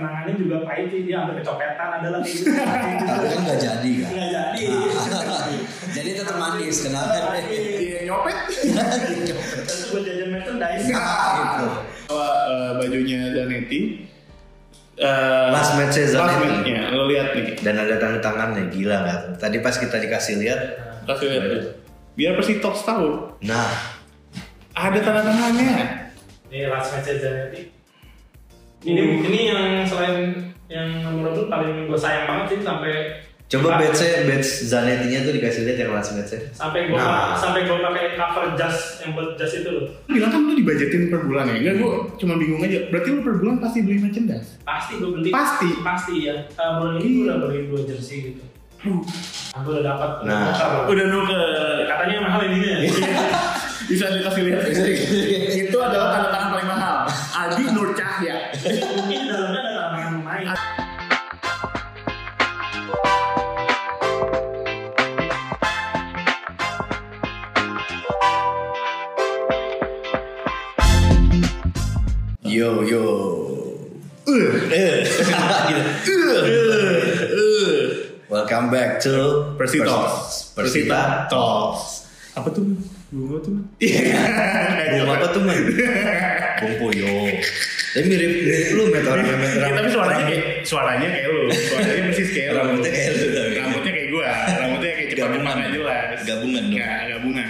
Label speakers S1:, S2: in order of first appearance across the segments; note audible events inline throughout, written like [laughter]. S1: terakhir juga pahit sih dia hampir kecopetan adalah kayak gitu.
S2: Tapi kan nggak jadi kan.
S1: Nggak jadi.
S2: [laughs] Jadi tetap manis kenapa?
S1: Tapi,
S3: Iya nyopet.
S1: Terus gue jajan merchandise.
S2: Gitu.
S3: Bawa eh, bajunya Danetti. Eh,
S4: Last match-nya
S3: Last
S4: Zanetti.
S3: match-nya. Lo lihat nih.
S4: Dan ada tanda tangannya gila nggak? Tadi pas kita dikasih lihat,
S3: Kasih lihat. deh. Biar Persitox tahu.
S4: nah
S3: Ada tanda tangannya.
S1: Ini last match aja nanti. Ini ini yang selain yang nomor itu paling gue sayang banget sih sampai
S3: Nah.
S4: coba
S1: sampai-
S4: badge badge Zanetti-nya tuh dikasih lihat yang last match
S1: sampai gue
S4: Nah.
S1: sampai gue pakai cover jas yang buat jas itu loh
S3: Lo bilang kan lo dibajetin per bulan ya? Enggak, gue cuma bingung aja. Berarti lo per bulan pasti beli merchandise?
S1: pasti gue beli
S3: Pasti.
S1: pasti ya Eh, bulan ini gue udah beli dua jersey gitu aku udah dapat
S4: Nah.
S3: Udah nuker.
S1: katanya mahal ini ya
S3: Bisa dikasih lihat. [laughs] Itu adalah tanda tangan paling mahal. Adi Nur Cahya.
S1: [laughs] mungkin dalamnya ada larangan main
S4: Yo yo. Uh, eh. Gitu. Uh, uh. Welcome back to
S3: Eh. Persita
S4: Pers- Persita Talks.
S3: Apa tuh? Bunga tuh? Eh, Iya. [laughs]
S4: Belum apa tuh man? Bung Puyo. Tapi mirip mirip lu met orang met
S3: Ya,
S4: orang-
S3: tapi suaranya
S4: orang-
S3: kayak suaranya kayak lu, suaranya persis kayak lu.
S4: Rambutnya kayak lu, tapi.
S3: Rambutnya kayak gua, rambutnya kayak cepat
S4: Gabungan.
S3: nggak jelas.
S4: Gabungan dong.
S3: Nggak, gabungan.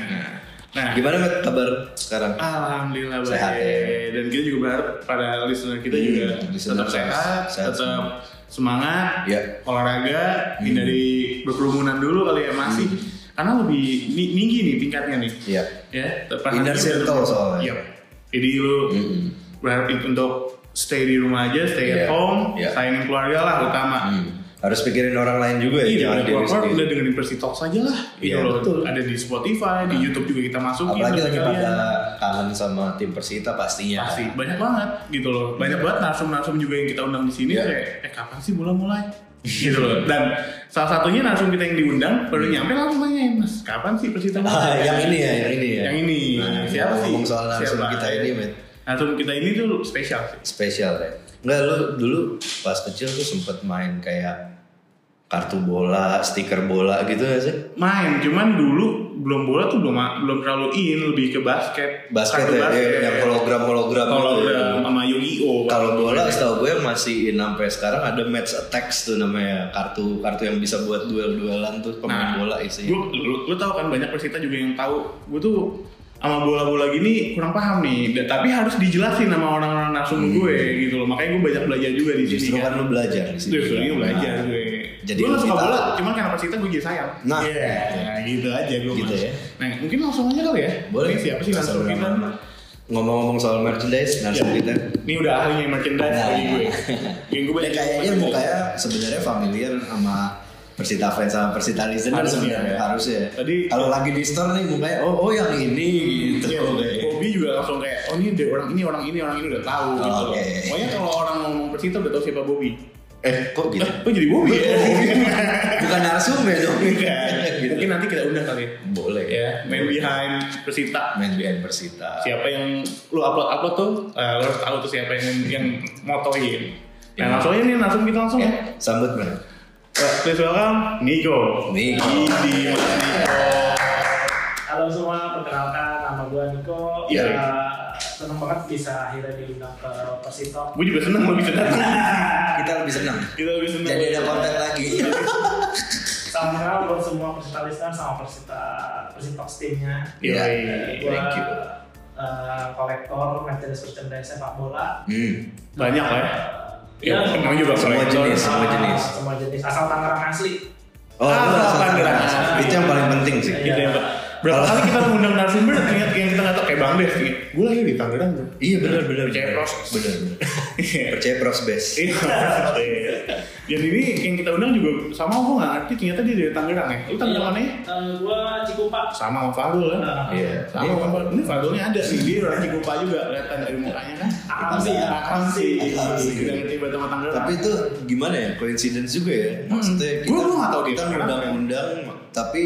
S3: Nah,
S4: Gimana met kabar sekarang?
S3: alhamdulillah
S4: Sehat,
S3: baik. Dan kita juga berharap para listener kita
S4: Hmm,
S3: juga
S4: listener
S3: tetap sehat,
S4: sehat Hmm.
S3: tetap semangat,
S4: Ya.
S3: olahraga, hindari berkerumunan dulu kali ya masih. Karena lebih ni- tinggi nih tingkatnya nih.
S4: Hmm. Iya.
S3: Ya,
S4: Inner circle soalnya. Hmm.
S3: Iya. Jadi lu
S4: Mm-mm.
S3: berharap untuk stay di rumah aja, stay
S4: Iya.
S3: at home,
S4: Iya.
S3: sayangin keluarga lah utama.
S4: Hmm. Harus pikirin orang lain juga ya,
S3: Iya,
S4: jangan
S3: udah
S4: diri
S3: keluar udah
S4: sendiri.
S3: dengerin Persitox aja lah. Gitu
S4: Iya,
S3: loh.
S4: betul.
S3: Ada di Spotify, di YouTube juga kita masukin.
S4: Apalagi
S3: buat
S4: lagi
S3: kalian.
S4: pada Iya. kangen sama tim Persita pastinya.
S3: Iya. Pasti banyak banget gitu loh. Banyak banget narsum-narsum juga yang kita undang di sini
S4: Iya.
S3: kayak eh kapan sih bola
S4: [laughs]
S3: mulai? gitu loh. Dan salah satunya narsum kita yang diundang baru nyampe langsung nanyain, "Mas, kapan sih
S4: Hmm.
S3: Persita
S4: Ah,
S3: mulai?"
S4: yang ini ya, yang ini ya.
S3: Yang ini.
S4: Nah,
S3: Siapa sih?
S4: ngomong soal narsum
S3: Siapa?
S4: kita ini, Met.
S3: Narsum kita ini tuh spesial sih.
S4: Spesial ya. Enggak lu dulu pas kecil tuh sempet main kayak kartu bola, stiker bola gitu gak sih?
S3: main cuman dulu belum bola tuh belum belum terlalu in lebih ke basket
S4: Basket
S3: Kartu
S4: ya, ya, yang hologram hologram.
S3: hologram sama yu
S4: ya. Kalau bola setahu gue masih in sampai sekarang ada match attacks tuh namanya kartu kartu yang bisa buat duel-duelan tuh pemain bola isinya.
S3: Lu, Nah, lu, lu tau kan banyak persita juga yang tahu. Gue tuh sama bola-bola gini kurang paham nih. Da- tapi harus dijelasin sama orang-orang narsum gue gitu loh. Makanya gue banyak belajar juga di sini.
S4: Hmm. Justru kan lu belajar di sini.
S3: Iya. Justru ini belajar
S4: Nah,
S3: gue.
S4: Jadi
S3: gue
S4: lu
S3: gak suka
S4: kita- gitu
S3: bola, cuman karena persita gue jadi sayang.
S4: Nah.
S3: Iya, gitu aja gue.
S4: Gitu
S3: Mas.
S4: ya.
S3: Nah, mungkin langsung aja kali ya.
S4: Boleh
S3: Ini siapa sih
S4: Asal
S3: narsum kita?
S4: nama-nama. Ngomong-ngomong soal merchandise, narsum
S3: Iya.
S4: kita.
S3: Ini udah ahlinya merchandise
S4: Nah.
S3: bagi gue. Yang gue
S4: Dia
S3: banyak
S4: Ya, kayaknya
S3: merchandise.
S4: mukanya sebenarnya familiar sama Persita fans sama Persita listener
S3: Harusnya,
S4: sebenarnya
S3: ya.
S4: harusnya.
S3: Tadi-
S4: kalau lagi di store nih mukanya oh oh yang ini gitu.
S3: Iya, Bobby juga langsung kayak, oh ini deh orang ini, orang ini, orang ini udah tahu gitu loh.
S4: Oke.
S3: Pokoknya kalau orang ngomong Persita udah tahu siapa Bobby.
S4: Eh kok gitu?
S3: Eh, kok jadi Bobby [laughs] ya?
S4: Bukan narsum ya dong. [laughs] gitu.
S3: Iya. Mungkin nanti kita undang kali ya.
S4: Boleh
S3: Ya, man behind Persita.
S4: Man behind Persita.
S3: Siapa yang lu upload upload tuh, eh, lu harus tahu tuh siapa yang yang motoin. Nah,
S4: Ya.
S3: langsung aja nih, langsung kita langsung ya.
S4: Ya, sambut man.
S3: Please welcome Nico.
S4: Nico.
S3: Idi, Mas Nico.
S1: halo semua perkenalkan nama gue Niko
S3: Iya.
S1: Ya, seneng banget bisa akhirnya diundang ke Persito
S3: Gue juga seneng lo bisa
S4: [laughs]
S3: datang.
S4: Kita lebih senang.
S3: Kita lebih seneng.
S4: Jadi ada konten
S3: [laughs]
S4: lagi.
S1: salam kenal buat semua Persita listener sama Persita Persito timnya
S3: Iya.
S1: Eh, gua
S4: thank you.
S1: eh, kolektor merchandise merchandise sepak bola
S4: Hmm.
S3: Banyak lah ya.
S1: Ya,
S3: Ya, emang juga
S4: Semua
S3: kolektor.
S4: jenis, semua jenis.
S1: semua jenis asal Tangerang asli
S4: Oh,
S3: Ah,
S4: lu asal
S3: Tangerang.
S4: Tangerang. Itu yang paling penting sih.
S1: Iya.
S3: gitu ya Pak. Berapa kali kita mengundang narasumber ternyata yang kita nggak tahu kayak Bang Dev gitu. nih. Gue lagi di Tangerang [laughs] bro.
S4: Iya benar benar.
S3: Percaya
S4: benar.
S3: proses.
S4: Benar. benar. [laughs] Percaya proses best.
S3: Iya. Dan ini yang kita undang juga sama gue nggak ngerti ternyata dia dari Tangerang ya. Lu Tangerang mana ya?
S1: Eh, gua Cikupa
S3: Sama sama Fadul kan.
S4: Iya.
S3: Sama sama Fadul. Ini Fadulnya ada sih dia orang Cikupa juga kelihatan dari mukanya kan. Iya,
S1: Akamsi ya
S3: Akamsi.
S4: Akamsi.
S3: Kita ngerti banget sama Tangerang.
S4: Tapi itu gimana ya? Coincidence juga ya. Maksudnya
S3: Hmm.
S4: kita,
S3: Gua- gua nggak tahu dia
S4: kita
S3: Tangerang. Iya.
S4: undang-undang, tapi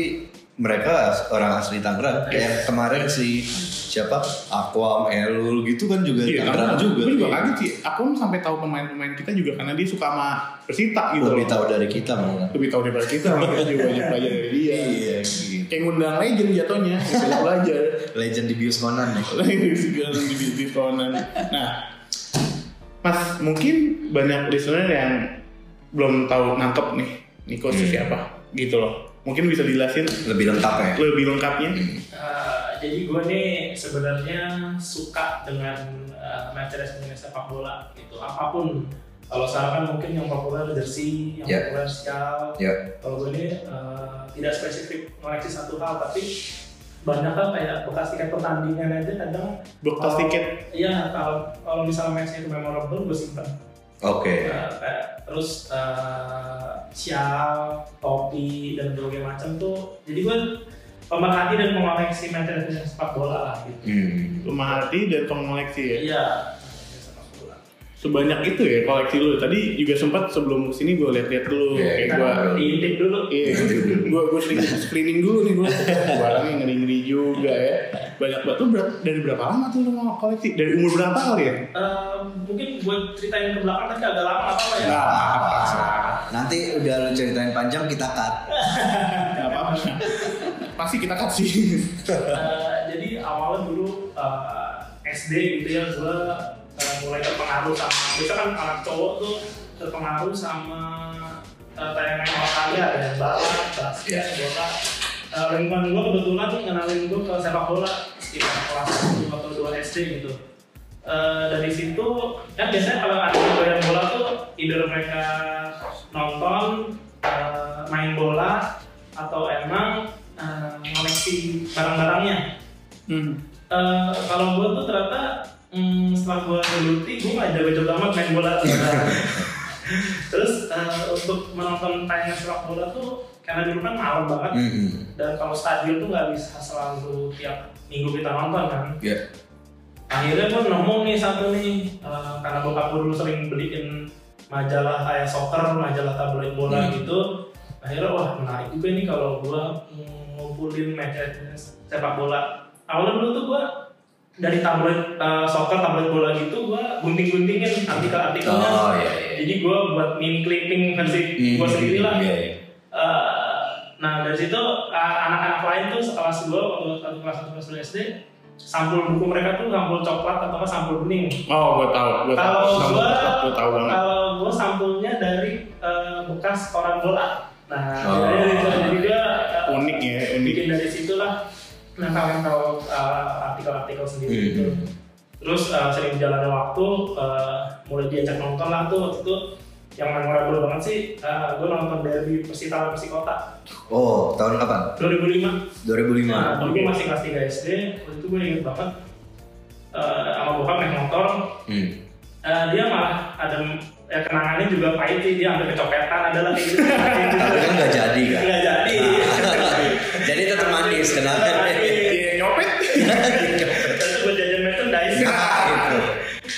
S4: mereka as- orang asli Tangerang. Kayak kemarin si siapa Aquam Elul gitu kan juga
S3: Iya,
S4: Tangerang
S3: karena
S4: juga.
S3: Gue juga kaget sih. Aku sampai tahu pemain-pemain kita juga karena dia suka sama Persita gitu.
S4: Lebih
S3: loh.
S4: tahu dari kita malah.
S3: Lebih tahu daripada kita. makanya juga banyak belajar dari dia.
S4: Iya, gitu.
S3: Kayak ngundang legend jatuhnya. Banyak belajar.
S4: Legend di Bios Conan nih.
S3: Segala di bisnis konan. Nah, Mas mungkin banyak listener yang belum tahu nangkep nih Niko itu siapa gitu loh. Mungkin bisa dijelasin
S4: Lebih lengkap ya.
S3: lebih lengkapnya.
S1: Eh, jadi gue nih sebenarnya suka dengan eh, materi-materi sepak bola gitu apapun kalau Sarah kan mungkin yang populer jersey yang
S4: Ya.
S1: populer sial
S4: Ya.
S1: kalau gue ini eh, tidak spesifik koleksi satu hal tapi banyak kan kayak bekas tiket pertandingan aja kadang
S3: Bekas
S1: kalau-
S3: tiket.
S1: iya kalau kalau misalnya matchnya itu memorable gue simpen
S4: Oke.
S1: Eh, kayak- terus eh, sial, topi dan berbagai macam tuh. Jadi gue pemerhati dan mengoleksi materi sepak bola lah gitu.
S4: Hmm.
S3: Rumah hati dan pengoleksi ya.
S1: Iya. sepak bola.
S3: Sebanyak itu ya koleksi lu. Tadi juga sempat sebelum sini gue lihat-lihat
S4: Iya,
S3: dulu kayak
S1: Kita
S3: gue
S1: Kan diintip dulu.
S3: Iya, gue gue screening, screening dulu nih gue barangnya ngeri ngeri juga ya banyak banget tuh ber- dari berapa lama tuh lu mau koleksi dari umur berapa kali ya
S1: Eh, mungkin gue ceritain ke belakang nanti agak lama apa ya?
S3: Nah,
S2: Nanti udah lu ceritain panjang kita cut.
S3: Gak apa-apa. Pasti kita kasih.
S1: Eh, jadi awalnya dulu eh, SD gitu ya gue mulai terpengaruh sama biasa kan anak cowok tuh terpengaruh sama eh, tayangan olahraga ada balap, basket, bola. Iya, Eh, lingkungan gue kebetulan ngenalin gue ke sepak bola sekitar kelas 1 atau 2 SD gitu. Eh, dari situ kan biasanya kalau ada yang doyan bola tuh either mereka nonton eh, main bola atau emang eh, ngoleksi barang-barangnya
S3: Hmm.
S1: Eh, kalau gue tuh ternyata hmm, setelah gue geluti gue nggak jago-jago amat main bola terus eh, untuk menonton tayangan sepak bola tuh karena dulu kan malam banget
S4: Hmm.
S1: dan kalau stadion tuh nggak bisa selalu tiap minggu kita nonton kan
S4: Ya.
S1: akhirnya gue nemu nih satu nih eh, karena bokap gue dulu sering beliin majalah kayak soccer majalah tabloid bola
S4: Hmm.
S1: gitu akhirnya wah menarik juga nih kalau gue ngumpulin materi sepak bola awalnya dulu tuh gue dari tabloid eh, soccer tabloid bola gitu gue gunting-guntingin artikel-artikelnya
S4: Oh iya iya.
S1: jadi gue buat mini clipping kan versi gue sendiri lah
S4: Iya iya.
S1: Eh, nah dari situ eh, anak-anak lain tuh sekelas gue waktu satu kelas satu kelas dua SD sampul buku mereka tuh sampul coklat atau nggak sampul bening
S3: Oh, gue tahu. Gue tahu.
S1: Kalau
S3: Sama
S1: gua-
S3: tetap Gue tahu banget.
S1: kalau gue sampulnya dari eh, bekas koran bola nah
S4: Oh.
S1: jadi dari situ jadi dia eh,
S3: Unik ya, unik.
S1: bikin dari situlah nah kalian tahu eh, artikel-artikel sendiri
S4: Hmm.
S1: gitu terus eh, sering jalannya waktu eh, mulai diajak nonton lah tuh waktu itu yang memorable banget sih gue nonton derby Persita lawan Persikota
S4: Oh, tahun kapan?
S1: 2005
S4: 2005.
S1: nah, dulu gue
S3: oke.
S1: masih kelas 3 SD waktu itu gue inget banget eh, sama bokap naik motor
S4: Hmm.
S1: eh, dia malah ada ya, kenangannya juga pahit sih dia hampir kecopetan adalah kayak gitu
S4: Tapi kan nggak jadi kan? Nah.
S1: nggak jadi
S4: [laughs]
S2: Jadi tetap manis kenapa?
S3: Iya, nyopet.
S1: terus gue jajan merchandise
S4: [laughs] Gitu.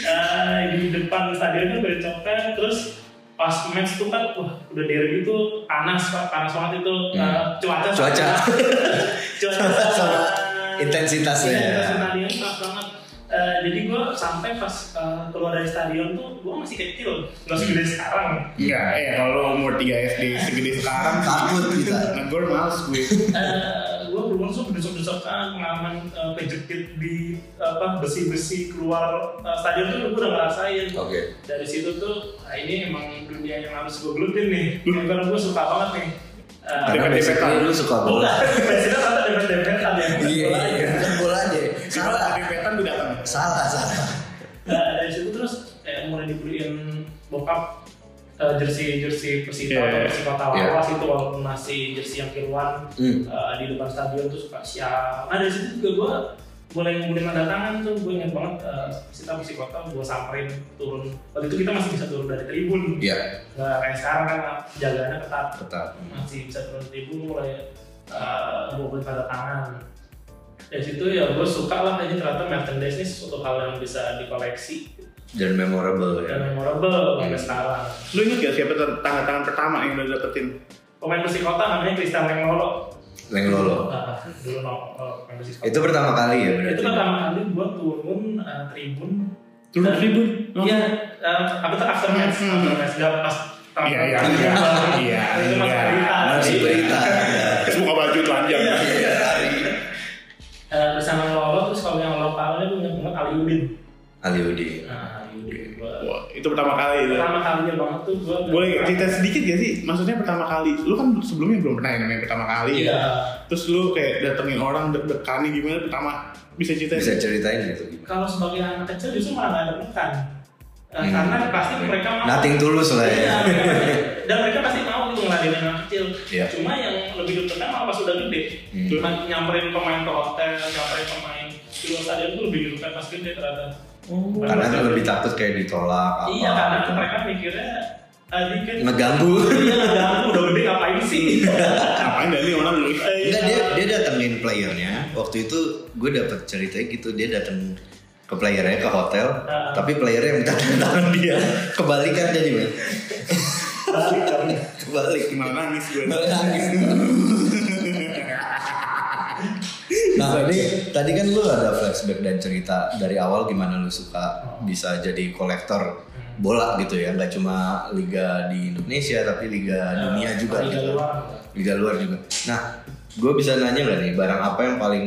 S1: Eh, di depan stadionnya udah copet terus pas match tuh kan wah udah derby tuh panas Pak. panas banget itu Eh,
S4: Hmm.
S1: cuaca sama-
S2: Cuaca.
S1: [laughs] cuaca
S2: Sama
S1: Iya,
S2: intensitasnya.
S1: intensitas stadion pas banget Eh, jadi gue sampai pas eh, keluar dari stadion tuh gue masih kecil nggak segede sekarang
S3: Enggak, eh kalau umur 3 SD segede sekarang
S2: Kan Takut kita.
S3: Gue males gue.
S1: Eh, gue belum tuh besok-besokan pengalaman eh, kejepit di apa besi-besi keluar eh, stadion tuh gue udah ngerasain
S4: Oke.
S1: dari situ tuh ah, ini emang dunia yang harus gue gelutin nih karena gue suka banget nih Eh,
S4: Karena
S3: Depet-depetan.
S4: basically lu suka bola.
S1: Presiden atau dempet-dempetan ya
S2: Iya iya. Kan bola aja. Salah.
S3: Tapi petan gue datang.
S2: Salah salah.
S1: Nah, dari situ terus kayak mulai dibeliin bokap eh, jersey jersey Persita
S3: Iya,
S1: atau
S3: iya.
S1: Persikota
S4: Iya.
S1: lawas itu walaupun masih jersey yang kiluan
S4: Hmm.
S1: eh, di depan stadion tuh suka siap. Nah dari situ juga gue mulai mulai mendatangan tuh gue ingat banget eh, Persita Persikota gue samperin turun. Waktu itu kita masih bisa turun dari tribun.
S4: Iya,
S1: Nggak kayak sekarang kan jagaannya ketat
S4: tetap.
S1: masih bisa turun tribun mulai uh, gue beli tanda tangan dari situ ya gue suka lah ini ternyata merchandise ini sesuatu hal yang bisa dikoleksi
S4: Dan memorable
S1: dan
S4: ya.
S1: memorable sampai
S4: Hmm.
S1: sekarang
S3: Lu inget gak siapa tanda tangan pertama yang lu dapetin?
S1: pemain Persikota namanya Christian Lengolo
S4: Leng Lolo.
S1: Ah, dulu no, oh, fantasy scout.
S4: Itu pertama kali ya
S1: itu
S4: berarti.
S1: pertama kali gue turun eh, tribun
S3: Turun
S1: Dan-
S3: tribun? Oh.
S1: iya eh, apa tuh aftermath
S3: Hmm.
S1: aftermath gak pas tahun-
S3: Iya, iya,
S1: tahun- [laughs]
S3: iya.
S1: tahun-
S3: Iya,
S1: itu mas
S3: iya.
S1: berita
S4: Masih berita.
S3: Terus buka baju telanjang.
S1: Eh, bersama Lolo terus kalau yang Lolo Palanya gue ingat banget Aliudin
S4: Aliudi.
S1: nah Aliudin gua-
S3: Wah, itu pertama kali itu.
S1: pertama kalinya banget tuh gue
S3: Boleh nggak cerita sedikit gak sih? Maksudnya pertama kali, lu kan sebelumnya belum pernah ya namanya pertama kali.
S1: iya
S3: Terus lu kayak datengin orang deg-degannya gimana pertama bisa cerita?
S4: Bisa ceritain itu gimana?
S1: kalau sebagai anak kecil justru malah nggak deg-degan Eh,
S4: Hmm.
S1: karena pasti mereka mau
S4: Nothing tulus lah
S1: Iya,
S4: ya.
S1: dan mereka pasti mau gitu ngeladenin anak kecil
S4: Iya.
S1: cuma yang lebih deg-degan malah pas udah gede
S4: Hmm.
S1: cuma nyamperin pemain ke hotel nyamperin pemain di luar stadion tuh lebih deg-degan pas gede ternyata
S3: Oh.
S4: Karena tuh lebih takut kayak ditolak apa
S1: iya karena
S4: gitu.
S1: mereka mikirnya tadi kan
S4: Ngeganggu.
S1: iya ngeganggu udah gede ngapain sih
S3: Ngapain dari orang lu?
S1: Iya.
S4: Enggak dia dia datengin playernya. Waktu itu gue dapet ceritanya gitu dia dateng ke playernya ke hotel,
S1: Ah.
S4: tapi playernya minta tanda tangan dia kebalikan jadi men. Kebalik.
S3: Malah nangis gue.
S4: Malah nangis. Nah ini tadi kan lu ada flashback dan cerita dari awal gimana lu suka bisa jadi kolektor bola gitu ya, nggak cuma liga di Indonesia tapi liga [laughs] dunia
S1: Nah,
S4: juga
S1: Liga
S4: gitu
S1: luar.
S4: liga luar juga. Nah, gue bisa nanya nggak nih barang apa yang paling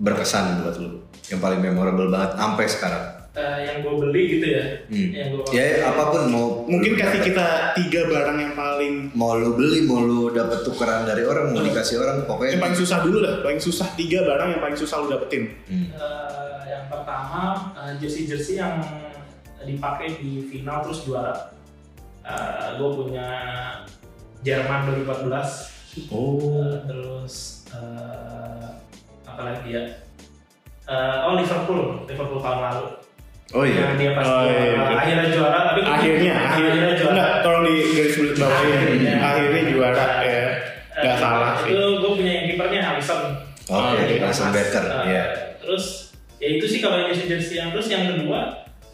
S4: berkesan buat lu, yang paling memorable banget sampai sekarang?
S1: Eh, yang gue beli gitu ya
S4: Hmm.
S1: yang gue
S4: Ya apapun mau
S3: Mungkin kasih kita tiga barang yang paling
S4: mau lu beli, mau lu dapet tukeran dari orang, mau dikasih orang,
S3: yang
S4: pokoknya.
S3: paling susah dulu lah, paling susah tiga barang yang paling susah lu dapetin.
S4: Hmm.
S1: Eh, yang pertama eh, jersey-jersey yang dipakai di final terus juara. gue punya Jerman 2014, eh,
S3: Oh.
S1: terus eh, apa lagi ya? Eh, oh Liverpool, Liverpool tahun lalu.
S4: Oh
S1: Yang
S4: iya.
S1: dia pas
S3: Oh, iya,
S1: juara,
S3: iya.
S1: akhirnya juara tapi
S3: Akhirnya, Nah, akhirnya,
S1: akhirnya juara.
S3: Enggak, tolong di garis bawahnya.
S1: Akhirnya.
S3: Akhirnya, juara ya.
S1: Eh,
S3: Gak salah sih.
S1: Itu gue punya yang kipernya Alisson.
S4: Oke,
S3: Oke,
S4: langsung better.
S1: Eh,
S4: Iya.
S1: Terus ya itu sih kalau yang jersey yang terus yang kedua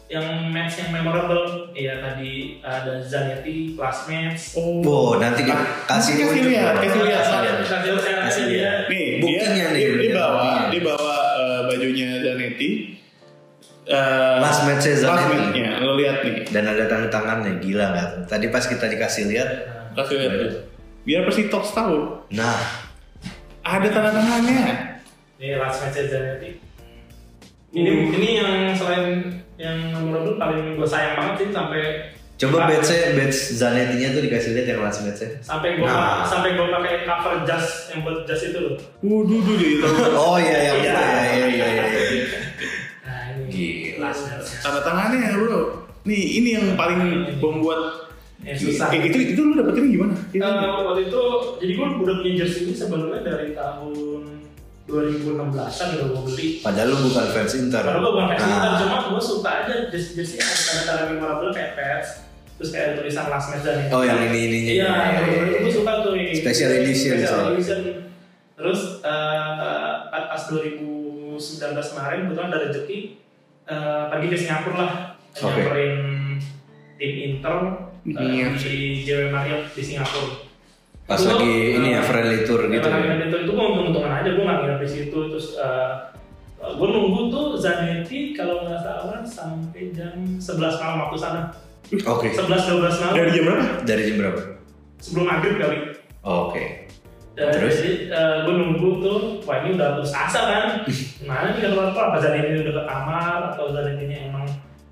S1: yang match yang memorable ya tadi ada Zanetti last match.
S3: Oh.
S4: Wow, nanti
S3: Ah,
S4: dikasih
S3: kasih
S4: unjuk.
S3: lihat, kasih lihat.
S4: Iya,
S1: Kasih lihat.
S4: Kasih lihat.
S3: Nih,
S4: Buktinya
S3: dia,
S4: nih,
S3: dia, dia
S4: dia
S3: bawa,
S4: buktinya.
S3: dia bawa eh, bajunya Zanetti. Eh,
S4: Last match-nya
S3: Last iya.
S4: Zanetti.
S3: match-nya, lo lihat nih.
S4: Dan ada tanda tangannya gila kan. Tadi pas kita dikasih lihat,
S1: Nah,
S3: Kasih lihat. tuh. Biar Persitox tahu,
S4: nah
S3: ada tanda tangannya.
S1: Ini iya, last match Zanetti. Ini ini yang selain yang memorable paling gue sayang banget sih sampai
S4: coba
S1: Ah.
S4: badge badge Zanetti-nya tuh dikasih lihat yang last match-nya.
S1: [laughs] sampai gue
S4: Nah.
S1: sampai gue pakai cover jas yang buat jas itu loh.
S3: Waduh, duh, dia tahu.
S4: Oh iya, yang itu ya, iya, iya, iya, iya.
S1: Nah ini
S4: Gila.
S1: last match.
S3: Tanda tangannya, bro. Nih, ini yang paling membuat
S1: Ya, susah.
S3: Eh, itu
S4: gitu.
S3: itu lu dapetin gimana? Itu-
S1: Eh, waktu itu jadi gue udah punya jersey ini sebelumnya dari tahun 2016an udah gue beli
S4: Padahal lu bukan fans Inter.
S1: Padahal gue bukan fans
S4: Nah,
S1: Inter, cuma gue suka aja jersey-jersey yang ada tanda-tanda memorable kayak pers Terus kayak ada tulisan last match dan
S4: Oh, yang ini ininya.
S1: Iya,
S4: Iya, iya, iya.
S1: gue suka tuh ini
S4: Special edition,
S1: Special
S4: soalnya.
S1: edition Terus eh, pas pas 2019 kemarin kebetulan ada rezeki eh, Pergi ke Singapura lah
S4: Oke.
S1: Nyamperin tim Inter eh,
S3: Iya.
S1: di JW Marriott di Singapura
S4: Pas
S1: Itu,
S4: lagi
S1: eh,
S4: ini ya friendly tour
S1: Ya,
S4: gitu.
S1: karena
S4: ya.
S1: Zanetti itu, itu gue untung-untungan aja, gue nggak nginep di situ Terus gue nunggu tuh Zanetti kalau nggak salah sampai jam 11 malam waktu sana
S4: Oke.
S1: 11-12 malam
S3: dari jam berapa?
S4: Dari jam berapa?
S1: sebelum maghrib kali
S4: Oke.
S1: Dan
S4: Terus?
S1: Jadi gue nunggu tuh, wah ini udah putus asa kan Mana nih kalau apa, apa Zanetti udah ke kamar atau Zanetti emang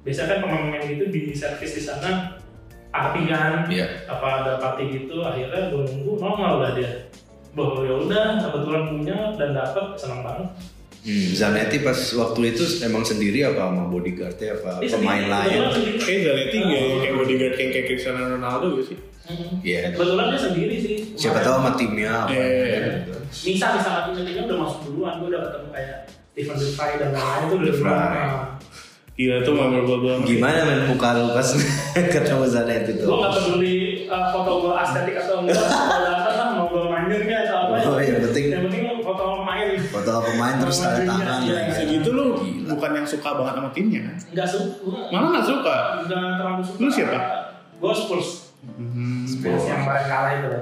S1: Biasanya kan pemain-pemain gitu di servis di sana Party kan,
S4: Iya.
S1: apa ada party gitu akhirnya gue nunggu nongol lah dia bahwa ya udah kebetulan punya dan dapat senang banget
S4: Hmm, Zanetti pas waktu itu emang sendiri apa sama bodyguardnya apa
S1: Dia
S4: pemain
S1: sendiri, gitu
S4: lain?
S1: kebetulan sendiri.
S3: Kayak Zanetti nggak yang kayak bodyguard yang kayak Cristiano Ronaldo gitu sih.
S1: Mm-mm.
S4: Iya.
S1: kebetulan dia sendiri sih
S4: Siapa tahu sama timnya apa.
S3: Iya, iya, iya.
S4: gitu.
S1: Nisa Nisa Latina Latina udah masuk duluan gue udah ketemu kayak Stephen Fry dan lain-lain itu udah
S4: De
S1: duluan.
S4: Vrij.
S3: Gila tuh memorable banget.
S4: Gimana men muka lu pas [laughs] ketemu Zanetti
S1: gue
S4: tuh?
S1: nggak peduli uh, foto gue estetik atau
S4: [laughs]
S1: enggak foto data lah mau gue manjur nggak atau apa ya.
S4: Oh, yang penting
S1: yang penting lu foto main
S4: foto pemain terus tanda tangan.
S1: Iya,
S4: lagi.
S1: iya.
S3: Segitu lu
S4: Gila.
S3: gitu bukan yang suka banget sama timnya.
S1: nggak suka
S3: Malah nggak suka.
S1: nggak terlalu suka
S3: Lu siapa?
S1: gue Spurs
S4: Hmm.
S1: Fans yang kemarin kalah itu kan.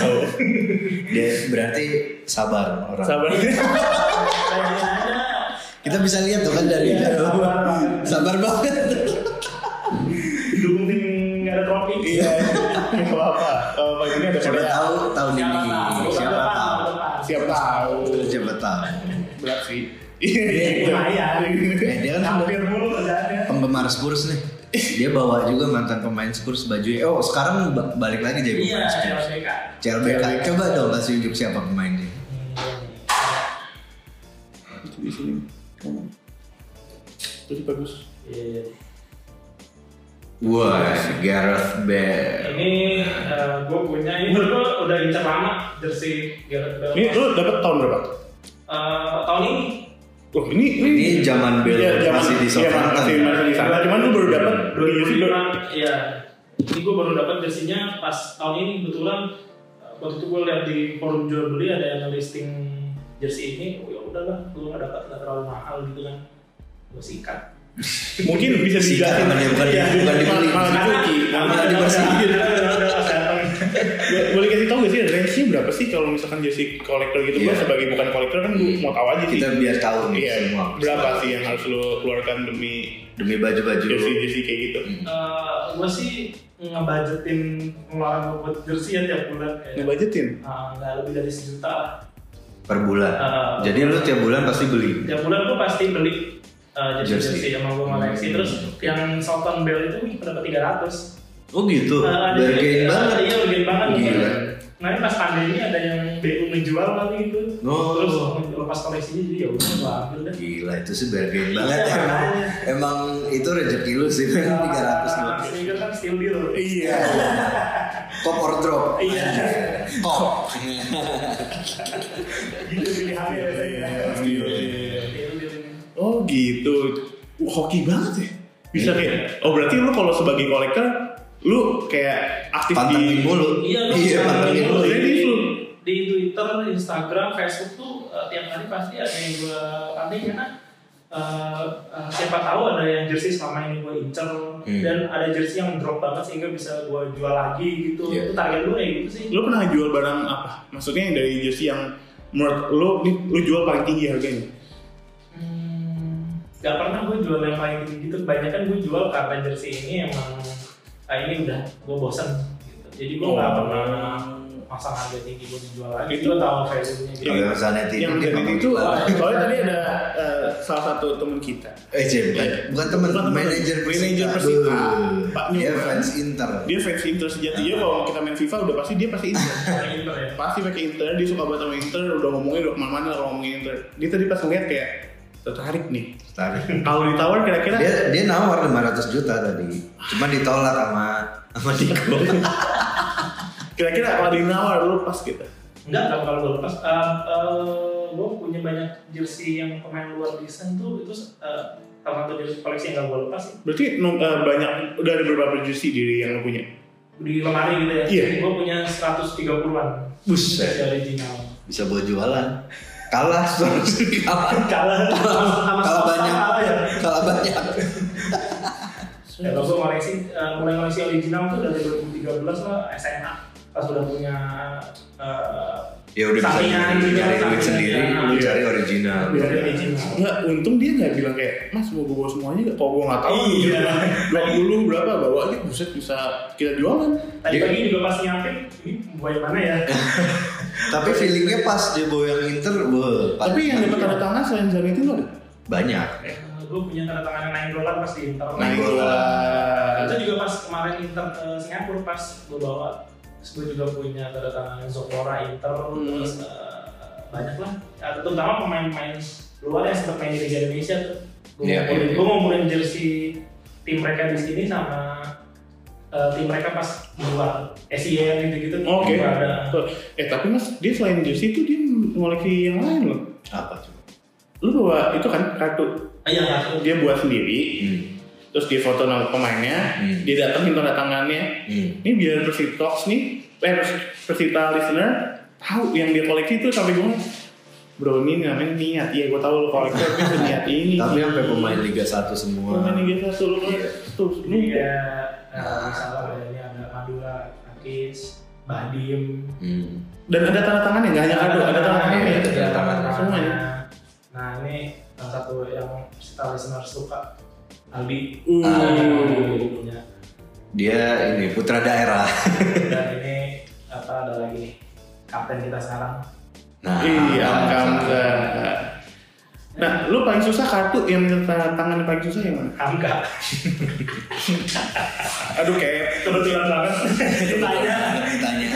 S3: Tahu.
S4: Dia berarti [laughs] sabar orang.
S3: [laughs] Sabar.
S1: Kayaknya aja.
S4: Kita bisa lihat tuh kan dari
S1: Iya, sabar banget.
S4: sabar banget.
S1: Dukung tim nggak ada trofi.
S3: Iya. Gak apa-apa. Gak apa-apa Eh, ini ada
S4: Siapa
S3: Korea.
S4: tahu tahun
S1: Siapa
S4: ini.
S1: tahu?
S4: Siapa tahu.
S3: Siap tahu.
S4: Siapa tahu.
S3: Berat sih. Iya,
S4: Iya,
S1: Lumayan.
S4: Eh, dia kan
S1: Hampir mulu kerjaannya.
S4: penggemar Spurs nih. Dia bawa juga mantan pemain Spurs bajunya. Oh, sekarang ba- balik lagi jadi
S1: Iya,
S4: pemain Spurs.
S1: LCK.
S4: CLBK. Coba dong kasih unjuk siapa pemainnya.
S3: Itu di sini. Jadi bagus.
S1: Iya.
S4: Wah, Gareth Bale.
S1: Ini gue punya ini menurut gua udah incer lama jersey Gareth Bale.
S3: Ini lu dapat tahun berapa?
S1: Eh, tahun ini
S3: Oh ini
S4: Ini zaman Bale
S3: Iya, zaman-
S4: masih di Hmm.
S3: iya,
S4: Southampton.
S3: masih- masih di sana. Cuman lu baru dapat
S1: 2005 ya ini gue baru dapat jersinya pas tahun ini kebetulan eh, waktu itu gue lihat di forum jual beli ada yang listing jersey ini oh ya udahlah gue nggak dapat nggak terlalu mahal gitu kan gue sikat
S3: mungkin
S4: Iya,
S3: bisa
S4: Sikat
S3: dijelasin
S4: namanya, bukan di-
S3: Iya,
S4: bukan dibeli.
S3: malah dicuci.
S4: Malah dibersihin.
S3: Bo- Iya, boleh kasih tahu gak sih range-nya berapa sih kalau misalkan jersey kolektor gitu
S4: Iya.
S3: gua sebagai bukan kolektor kan gua mau tahu aja sih
S4: Kita biar tahu nih
S3: iya
S4: semua.
S3: berapa sih yang harus lu keluarkan demi
S4: Demi baju-baju.
S1: Iya,
S3: jersey jersey kayak gitu
S4: Hmm.
S1: gue sih ngebudgetin pengeluaran gue buat jersey ya tiap bulan kayak
S3: ngebajetin
S1: eh, nggak lebih dari sejuta lah
S4: per bulan.
S1: Ah.
S4: Jadi lu tiap bulan pasti beli.
S1: tiap bulan gue pasti beli uh, jersey
S4: Jersey. Hmm.
S1: jersey yang mau gue koleksi terus yang Sultan Bell itu nih pendapat 300
S4: Oh gitu.
S1: Nah, ada
S4: Bergain
S1: yang-
S4: banget.
S1: Iya, bergain banget.
S4: Gila.
S1: Nah, ini pas pandemi ada yang BU menjual kali gitu.
S4: Oh.
S1: Terus lepas koleksinya jadi ya udah gua ambil deh.
S4: Gila itu sih bergain banget
S1: Iya,
S4: emang.
S1: makanya.
S4: Emang itu rezeki lu sih
S1: Ah,
S4: men, 300 doang.
S1: Sneaker kan still deal.
S3: iya
S4: Cop or drop.
S1: Iya.
S4: Cop.
S1: Gitu pilihannya biasanya.
S3: Iya, iya.
S1: Still deal ini.
S3: oh gitu Wah, hoki banget ya bisa
S4: Iya.
S3: kayak oh berarti lu kalau sebagai kolektor lu kayak aktif
S4: Pantengin
S3: di
S4: mulu.
S1: Iya, lu
S4: Iya,
S1: bisa
S4: pantengin
S1: ambil
S4: mulu.
S1: dulu.
S3: Jadi lu-
S1: di Twitter, Instagram, Facebook tuh eh, tiap hari pasti ada yang gue panting karena eh, eh, siapa tahu ada yang jersey selama ini gue incer
S4: Hmm.
S1: dan ada jersey yang drop banget sehingga bisa gue jual lagi gitu
S4: Iya.
S1: itu target gue ya gitu sih
S3: lu pernah jual barang apa maksudnya yang dari jersey yang menurut lu ini lu jual paling tinggi harganya
S1: Hmm, gak pernah gue jual yang paling tinggi gitu kebanyakan gue jual karena jersey ini emang ah, ini udah gue bosen gitu jadi gue nggak
S3: Oh.
S1: pernah pasang harga tinggi gue dijual lagi
S3: Itu-
S1: itu tahu value-nya gitu
S4: Kalau yang Zanetti
S3: yang
S4: dia
S3: dari
S4: ngomong
S3: itu
S4: gimana?
S3: soalnya tadi ada eh, salah satu teman kita
S4: Eh, Jim, bukan, bukan teman,
S3: Bukan teman.
S4: manajer
S3: Manajer
S4: Persita.
S3: Persita.
S4: Beuh,
S3: Pak
S4: Dia
S3: Newman.
S4: fans Inter.
S3: dia fans Inter sejatinya kalau kita main FIFA udah pasti dia pasti Inter
S1: Yang gitu ya.
S3: pasti pakai Inter dia suka banget sama Inter udah ngomongnya udah kemana-mana lah kalau ngomongin Inter dia tadi pas ngeliat kayak tertarik nih
S4: Tarik.
S3: kalau ditawar kira-kira
S4: Dia dia nawar 500 juta tadi. Cuma ditolak sama sama Diko.
S3: kira-kira kalau ditawar lu pas gitu
S1: Enggak, enggak bakal gue lepas. Eh, eh, gue punya banyak jersey yang pemain luar desain tuh itu eh, salah satu jersey koleksi yang gak gue lepas sih.
S3: berarti no- eh, banyak udah ada beberapa jersey diri yang lu punya
S1: Di lemari gitu ya.
S3: Iya.
S1: Gue punya 130-an.
S4: Buset.
S1: Jersey original.
S4: Bisa buat jualan. Kalah Spurs. Kalah.
S1: Kalah sama
S4: Kalah
S1: Spurs,
S4: banyak.
S1: kalah ya.
S4: Kalah banyak.
S1: Ya, kalau gue koleksi eh, mulai koleksi original tuh dari 2013 lah SMA. Pas udah punya eh,
S4: Ya udah bisa
S1: saringan
S4: sendiri,
S1: gitu,
S4: cari duit
S1: saringan,
S4: sendiri,
S1: ya.
S4: lu cari original.
S1: Biar dia original.
S3: Enggak, untung dia gitu. nggak bilang kayak Mas mau gue bawa semuanya nggak? Kalau gue nggak tahu
S1: Iya.
S3: Dua puluh berapa bawa aja buset bisa kita jualan
S1: Tadi pagi juga pas nyiapin, ini buaya mana ya?
S4: Tapi feelingnya pas dia bawa yang Inter, wah, pas-
S3: Tapi yang dapat tanda tangan selain Zanetti itu ada?
S4: banyak.
S1: gue Eh, punya tanda tangan yang 9 dolar pas di Inter.
S4: Nah,
S3: Nike lah.
S1: itu juga pas kemarin Inter ke Singapura pas gue bawa terus gue juga punya tanda tangan Zokora Inter
S4: Hmm.
S1: terus eh, banyak lah ya, terutama pemain-pemain luar yang sempat main di Liga Indonesia tuh gue
S4: Iya,
S1: ngumpulin
S4: iya, iya.
S1: gue ngumpulin jersey tim mereka di sini sama eh, tim mereka pas di luar SIA gitu-gitu
S3: Oke.
S1: Juga ada
S3: Eh tapi mas, dia selain jersey itu dia ngoleksi yang lain loh.
S4: Apa coba?
S3: Lu bawa itu kan kartu.
S1: Ah, iya kartu.
S3: Dia buat sendiri.
S4: Hmm.
S3: Terus dia foto nama pemainnya.
S4: Hmm.
S3: Dia datengin tanda tangannya.
S4: Hmm.
S3: Ini biar Persita Talks nih, eh Pers- Persita listener tahu yang dia koleksi itu sampai gue bro ini namanya niat iya gue tahu lo kolektor tapi niat ini
S4: [laughs] Tapi
S3: sih.
S4: sampai pemain Liga 1 semua.
S3: pemain Liga satu lo kan
S4: Iya.
S3: tuh ini
S1: Iya, nah, misalnya ini ada Madura, Akis, Bahdim,
S4: Hmm.
S3: dan ada tanda tangannya nggak hanya kado ada tanda tangannya
S4: Ada
S1: Iya,
S4: tangan.
S1: tangan.
S3: Semuanya.
S1: Nah ini salah satu yang kita listener suka, Aldi.
S3: Uh.
S1: Aldi punya.
S4: Dia ini putra daerah.
S1: Dan ini apa ada lagi nih kapten kita sekarang.
S4: Nah,
S3: iya
S4: nah,
S3: Hamka nah lu paling susah kartu yang menurut tanda tangan yang paling susah yang mana
S1: Hamka.
S3: aduh kayak
S1: Kebetulan banget. Tanya.
S4: Ditanya.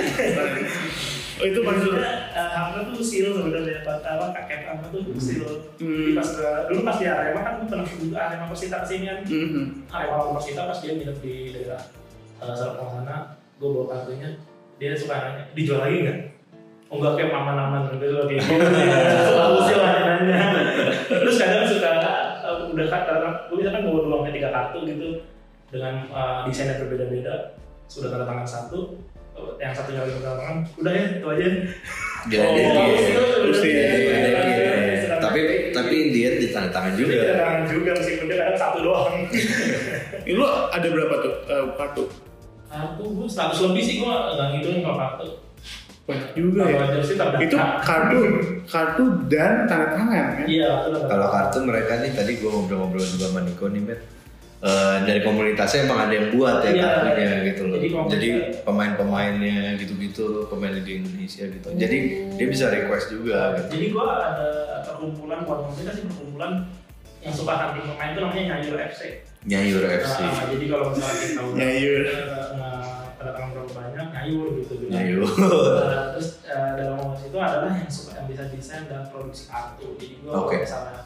S3: oh, itu paling susah
S1: Eh, Hamka tuh sil sebenarnya apa apa kakek Hamka tuh sil.
S3: Hmm.
S1: Jadi Pas ke, dulu pas di Arema kan gue pernah ke Arema Persita kesini kan.
S3: Mhm.
S1: Arema lawan Persita pas dia nginep di daerah uh, Serpong sana, gue bawa kartunya, dia suka nanya, dijual lagi nggak? Oh nggak kayak mama-mama gitu loh kayak gitu. Selalu sih lah nanya. Terus kadang suka uh, udah kata, gue bisa kan bawa doangnya tiga kartu gitu dengan uh, desain yang berbeda-beda, sudah tanda tangan satu, uh, yang satunya lagi tanda tangan, udah ya itu aja.
S4: Dia
S3: Oh,
S4: dia- dia-
S1: itu
S3: terus
S1: bener-bener dia-
S3: dia-
S4: dia- dia-
S1: dia-
S4: dia-
S1: dia suka-
S4: Tapi tapi dia ditanda tangan
S1: Jadi
S3: ya?
S1: tanda
S4: juga.
S1: tangan juga meskipun dia kadang satu doang.
S3: Eh, lu ada berapa tuh eh, kartu
S1: Kartu gue 100 lebih sih gue nggak ngitungin kalau kartu.
S3: banyak juga ya
S1: Kalau sih terdaftar.
S3: itu kartu kartu dan tanda tangan kan
S1: Iya kartu terdaftar.
S4: Kalau kartu mereka nih tadi gue ngobrol-ngobrol juga sama Niko nih, Bet. Eh, dari komunitasnya emang ada yang buat ya
S1: Iya.
S4: kartunya gitu loh.
S1: Jadi komunitas-
S4: Jadi pemain-pemainnya gitu-gitu, pemain di Indonesia gitu. Jadi dia bisa request juga gitu.
S1: Jadi gue ada perkumpulan buat kita sih perkumpulan yang suka hunting pemain itu namanya Nyayur FC.
S4: Nyayur FC.
S1: Nah, jadi kalau misalnya kita udah
S3: Nyayur.
S1: eh, tanda tangan berapa banyak Nyayur gitu. gitu.
S4: Nyayur.
S1: Eh, terus eh, dalam komunitas itu adalah yang suka yang bisa desain dan produksi kartu. Jadi gue kalau
S4: Oke.
S1: misalnya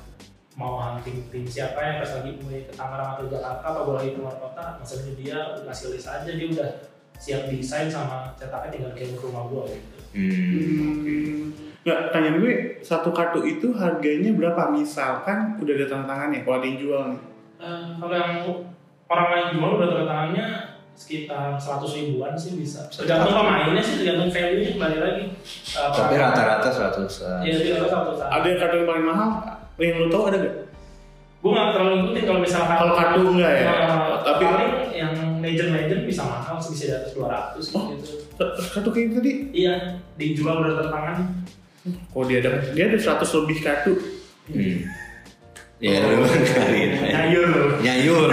S1: mau hunting tim siapa yang pas lagi mulai ke Tangerang atau Jakarta atau gue lagi keluar kota, maksudnya dia ngasih list aja dia udah siap desain sama cetaknya tinggal kirim ke rumah gue gitu.
S4: Hmm.
S3: Hmm. Nggak, tanya gue satu kartu itu harganya berapa misalkan udah ada tanda tangannya kalau ada yang jual nih
S1: Eh, kalau yang orang lain jual udah tanda tangannya sekitar 100 ribuan sih bisa. Tergantung pemainnya sih, tergantung value-nya kembali lagi. Eh,
S4: Tapi
S1: pemain-
S4: rata-rata 100
S1: Iya, jadi rata satu saat.
S3: ada kartu yang paling mahal yang lu tau ada gak?
S1: Gue nggak terlalu ngikutin kalau misalkan
S3: Kalau kartu enggak ya?
S1: Eh,
S3: Tapi-
S1: paling yang legend-legend bisa mahal, bisa di atas 200
S3: Oh.
S1: gitu.
S3: kartu kayak gitu tadi
S1: Iya, dijual udah tanda tangan.
S3: oh dia ada dia ada 100 lebih kartu
S4: Hmm. Ya, lu kali ini.
S1: Nyayur.
S4: Nyayur.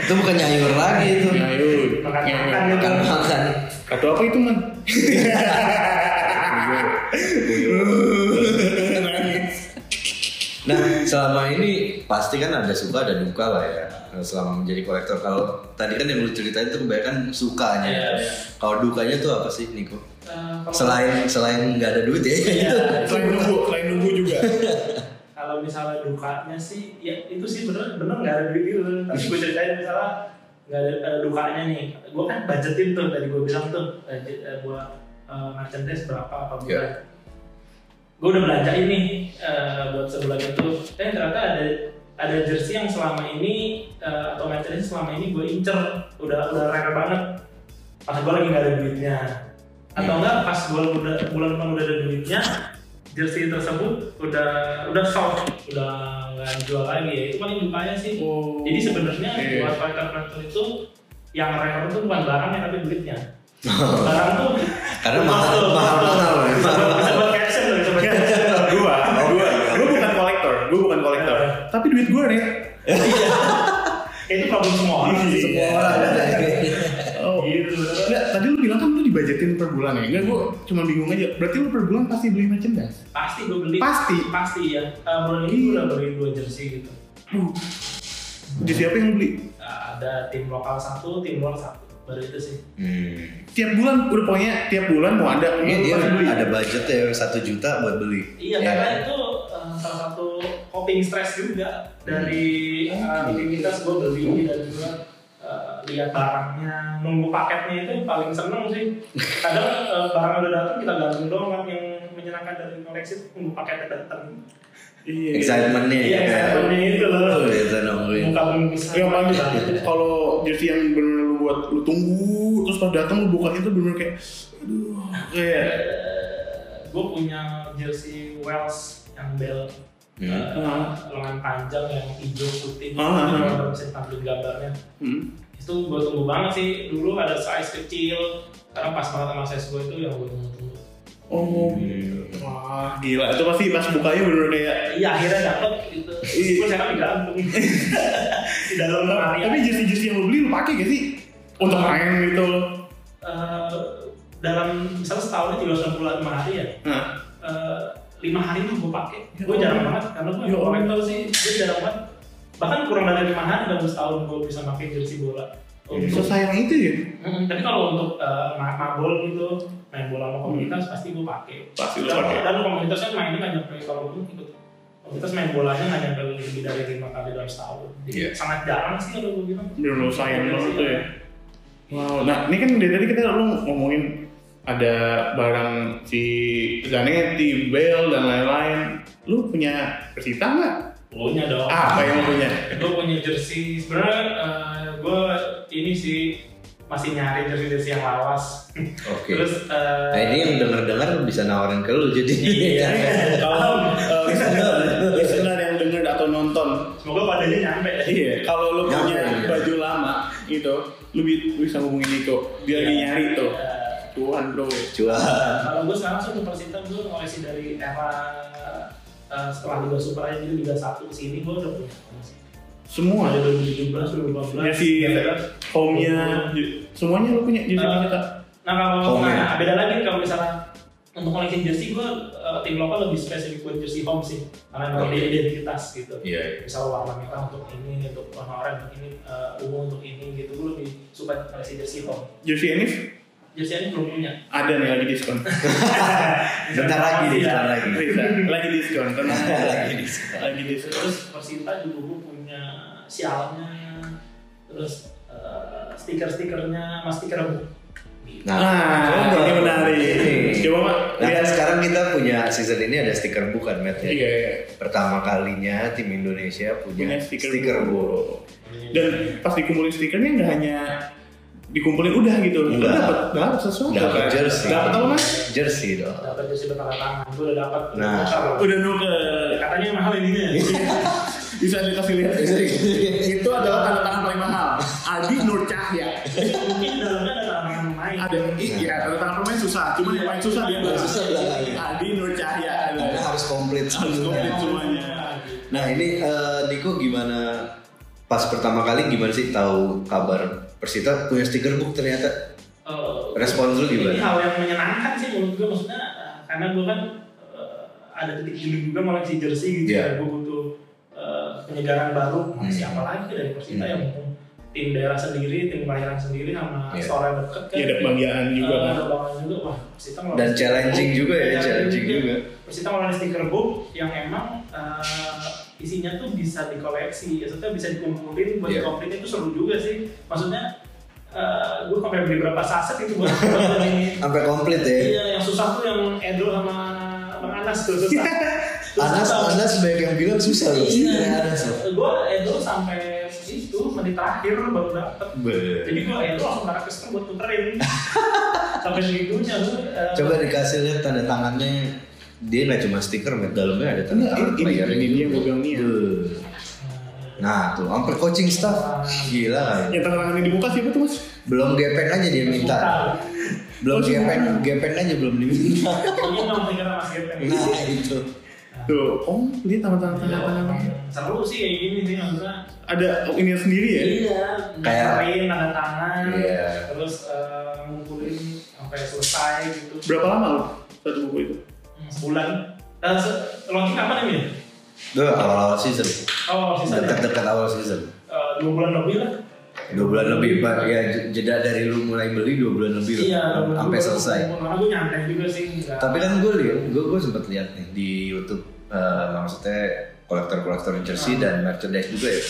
S4: itu bukan nyayur lagi itu.
S3: ayo
S1: Makan
S3: Yang-
S1: makan gitu.
S4: Bukan makan.
S3: kartu apa itu man?
S4: Nah, selama ini pasti kan ada suka ada duka lah ya. Selama menjadi kolektor kalau tadi kan yang lu ceritain tuh kebanyakan sukanya. gitu.
S1: Iya, iya.
S4: Kalau dukanya tuh apa sih, Niko?
S1: Eh, kalau-
S4: Selain selain nggak ada duit ya [laughs] gitu.
S1: Iya.
S3: selain nunggu selain nunggu juga
S1: kalau misalnya dukanya sih ya itu sih bener bener nggak ada duit gitu tapi gue ceritain misalnya nggak ada eh, dukanya nih gue kan budgetin tuh tadi gue bilang tuh eh, j- eh, buat eh, merchandise berapa apa bulan
S4: Iya.
S1: gue udah belanja ini eh, buat sebulan itu eh ternyata ada ada jersey yang selama ini eh, atau merchandise selama ini gue incer udah udah rare banget pas gue lagi nggak ada duitnya atau enggak pas gue udah bulan depan udah ada duitnya jersey tersebut udah udah sold udah nggak dijual lagi ya itu paling dukanya sih
S3: Oh.
S1: jadi sebenarnya
S3: Iya.
S1: buat kolektor kolektor itu yang rare itu bukan barangnya tapi
S4: [laughs]
S1: duitnya barang tuh
S4: Karena mahal-
S1: tuh,
S4: mahal-
S1: tuh.
S4: mahal, ya.
S1: Bisa buat- bisa buat caption loh bisa buat caption
S4: Iya.
S3: gua gua gua bukan kolektor gua bukan kolektor tapi duit gua nih
S1: itu problem semua orang sih
S4: Semua orang ada.
S3: oh
S1: gitu bener.
S3: Nggak, tadi lu bilang kan lu dibajetin per bulan ya? Enggak, gua cuma bingung aja. Berarti lu per bulan pasti beli merchandise?
S1: pasti gue beli
S3: Pasti?
S1: pasti ya Eh, bulan ini gue udah beli dua jersey gitu
S3: Uh, di siapa yang beli?
S1: Nah, ada tim lokal satu tim luar satu baru itu sih
S4: Hmm.
S3: Tiap bulan, udah pokoknya tiap bulan mau ada.
S4: Iya
S3: lu
S4: dia
S3: pasti beli.
S4: ada budget ya satu juta buat beli.
S1: Iya,
S4: Ya
S1: karena
S4: kan?
S1: itu eh, salah satu coping stress juga dari eh, aktivitas gue beli dan juga eh, lihat barangnya, nunggu paketnya itu paling seneng sih. Kadang eh, barang udah datang kita gantung doang kan yang menyenangkan dari koleksi itu nunggu paketnya datang.
S3: Iya.
S4: Excitementnya
S1: Iya,
S4: ya. Oh,
S1: excitementnya
S4: iya,
S1: itu loh.
S4: Kita nungguin.
S1: Muka belum bisa.
S3: Yang paling Iya,
S1: Iya,
S3: kalau jersey yang bener-bener lu buat lu tunggu terus pas datang lu buka itu bener-bener kayak aduh kayak
S1: gue punya Eh, jersey Wales yang bel
S4: Hmm.
S1: eh,
S3: Hmm.
S1: lengan panjang yang hijau putih
S3: Hmm.
S1: itu kalau bisa ditampilin gambarnya
S3: Hmm.
S1: itu gue tunggu banget sih dulu ada size kecil sekarang pas banget sama size gue itu ya yang gue tunggu-tunggu
S3: Oh.
S1: Hmm.
S3: Wah, gila. Itu pasti pas bukanya bener kayak
S1: iya akhirnya dapet gitu
S3: Iya.
S1: gue sekarang
S3: [laughs]
S1: digantung di dalam lemari
S3: Tapi jersey-jersey yang lo beli lo pakai gak sih? Untuk main gitu lo.
S1: Eh, dalam misalnya setahun itu 365 hari ya
S3: Nah,
S1: eh, lima hari mah gue pakai
S3: Ya
S1: gue jarang
S3: Allah.
S1: banget karena gue
S3: Ya
S1: yang kolektor sih gue jarang banget bahkan kurang dari lima hari dalam setahun gue bisa pakai jersey bola
S3: so
S1: Untuk-
S3: sayang itu ya.
S1: Mm, tapi kalau untuk eh, ma- mabol gitu main bola sama komunitas pasti gue pakai
S3: Pasti lo
S1: dan,
S3: pakai.
S1: dan komunitasnya mainnya nggak nyampe kalau gue ikut komunitas main bolanya nggak nyampe lebih dari lima kali dalam setahun jadi
S4: Iya.
S1: sangat jarang sih kalau gue bilang
S3: Bener lo sayang
S1: Iya
S3: banget
S1: sih.
S3: tuh ya. Wow. Nah, ini kan dari tadi kita lo ngomongin ada barang si Zanetti, Bell dan lain-lain. Lu punya Persita nggak?
S1: punya dong
S3: Ah, apa yang lu punya?
S1: gue punya jersey sebenarnya gue ini sih masih nyari jersey jersey yang lawas
S4: Oke.
S1: terus eh,
S4: Nah ini yang denger-dengar bisa nawarin ke lu jadi. [laughs] Iya.
S3: Kalau eh, listener, listener yang denger atau nonton
S1: semoga padanya nyampe
S3: Iya, kalau lu
S4: Nyampe,
S3: punya
S4: iya.
S3: baju lama gitu, lu bi- bisa hubungin Niko. Dia
S4: Iya.
S3: lagi nyari tuh.
S1: Iya. Eh,
S3: Tuhan bro.
S4: Jual.
S1: kalau gue sekarang sih ke Persita gue koleksi dari era eh, setelah Liga Super aja jadi Liga 1 ke sini gue udah punya
S3: Semua.
S1: ada 2017, 2018,
S4: Iya
S3: Ya si
S1: 2019.
S3: home-nya, ju- semuanya lu punya jersey
S1: Eh,
S3: kita.
S1: Nah kalau
S4: Home
S1: nah,
S4: ya?
S1: beda lagi kalau misalnya untuk koleksi jersey gue eh, tim lokal lebih spesifik buat jersey home sih karena memang
S4: Oke.
S1: dia identitas gitu.
S4: Iya.
S1: Misal warna merah untuk ini, untuk warna oranye untuk ini, eh, ungu untuk ini gitu gue lebih suka koleksi jersey home.
S3: Jersey ini
S1: Jersey ini belum punya.
S3: ada nih lagi diskon.
S4: Bentar lagi,
S1: Iya.
S4: bentar lagi.
S3: Bisa, lagi diskon, tenang.
S4: [laughs] Lagi diskon.
S3: Lagi diskon.
S1: Terus Persita juga gue punya sialnya, terus eh, stiker-stikernya, mas stiker Gitu. bu.
S4: Nah,
S3: Nah, ini menarik. Coba mak,
S4: Nah,
S3: lihat
S4: kan sekarang kita punya season ini ada stiker bukan, Matt? ya?
S3: Iya, iya.
S4: Pertama kalinya tim Indonesia punya,
S3: punya
S4: stiker,
S3: stiker,
S4: bu.
S3: Bu. Dan pas dikumpulin stikernya nggak hanya dikumpulin udah gitu, lu
S4: Nggak.
S3: dapat dapat sesuatu
S4: Dapet
S3: kan?
S4: jersey.
S3: Dapat apa mas?
S4: Jersey dong.
S1: Dapat jersey bertanda tangan, gue udah dapat.
S4: Nah.
S3: Udah nuker.
S1: katanya mahal ini
S3: [laughs]
S1: ya.
S3: Bisa dikasih lihat.
S4: Bisa dikasih lihat.
S3: Itu adalah tanda tangan paling mahal. Adi Nur Cahya.
S1: Mungkin dalamnya ada tangan main.
S3: Ada iya tanda tangan pemain susah, cuma yang paling susah dia belakang.
S4: Susah belakangnya.
S3: Adi Nur Cahya.
S4: Karena Nah, harus komplit
S3: Harus
S4: sebelumnya.
S3: komplit semuanya.
S1: gitu.
S4: Nah ini eh, Diko gimana pas pertama kali gimana sih tahu kabar Persita punya stiker book ternyata
S1: Eh,
S4: respons lu
S1: ini
S4: gimana?
S1: hal yang menyenangkan sih menurut gue maksudnya eh, karena gue kan eh, ada titik jenuh juga koleksi jersey gitu
S4: Iya.
S1: ya gue butuh eh, penyegaran baru mau
S4: Hmm.
S1: siapa lagi dari Persita
S4: Hmm.
S1: yang mau tim daerah sendiri tim kelahiran sendiri sama
S4: Iya.
S1: store yang deket kan
S3: Iya ada kebanggaan
S1: Eh,
S3: juga kan.
S1: ada bawaan juga wah Persita Iya, ngeluarin
S4: Dan
S1: stiker
S4: challenging
S1: book.
S4: juga ya, challenging juga.
S1: Persita ngeluarin stiker book yang emang eh, isinya tuh bisa dikoleksi maksudnya bisa dikumpulin buat
S4: Iya.
S1: dikomplit itu seru juga sih maksudnya eh, gue sampai beli berapa saset itu buat buat ini
S4: Sampai komplit ya.
S1: Iya, yang susah tuh yang Edo sama Bang Anas tuh susah.
S4: [laughs] Anas, Anas banyak yang bilang susah loh.
S1: Iya.
S4: Anas loh.
S1: Gue Edo sampai itu menit terakhir baru dapet.
S4: Be.
S1: Jadi gue Edo langsung tarik ke store buat
S4: [laughs]
S1: tukerin. sampai segitunya lu. eh,
S4: Coba dikasih lihat tanda tangannya. Dia nggak cuma stiker, Matt. dalamnya ada tanda
S3: Ini-
S4: tangan
S3: ini-
S4: playernya
S3: ini dia
S4: juga.
S3: gua bilang nih ya.
S4: Duh. Nah tuh, hampir coaching staff. Gila. nggak
S1: Iya.
S4: ya?
S3: Yang tanda tangan yang dibuka siapa tuh mas?
S4: Belum gepeng aja dia minta. Belum
S3: Oh,
S4: gepeng, gepeng aja belum diminta.
S1: [laughs] Ini kan emang pengen sama Mas Gepeng.
S4: Nah itu.
S3: Tuh, oh lihat tanda tangan tanda tangan.
S1: Seru sih kayak gini sih maksudnya.
S3: Ada ini sendiri ya.
S1: Iya,
S4: Kayak-
S1: ngerin tanda tangan,
S4: Iya.
S1: terus eh, ngumpulin sampai selesai gitu.
S3: Berapa lama lo satu buku itu?
S1: Hmm, Sebulan. Eh, se- launching kapan ya? Min?
S4: Duh, awal-awal season.
S1: Oh, sisa deh.
S4: Dekat-dekat awal season.
S1: Eh, dua bulan lebih lah.
S4: Dua bulan lebih, Pak. Ya jeda dari lu mulai beli dua bulan lebih.
S1: Iya,
S4: lah.
S1: dua bulan
S4: Sampai
S1: lebih.
S4: selesai.
S1: Karena gue nyantai juga sih. nggak-
S4: Tapi kan gue lihat, gue gue sempat lihat nih di YouTube, eh, maksudnya kolektor-kolektor jersey dan merchandise juga ya.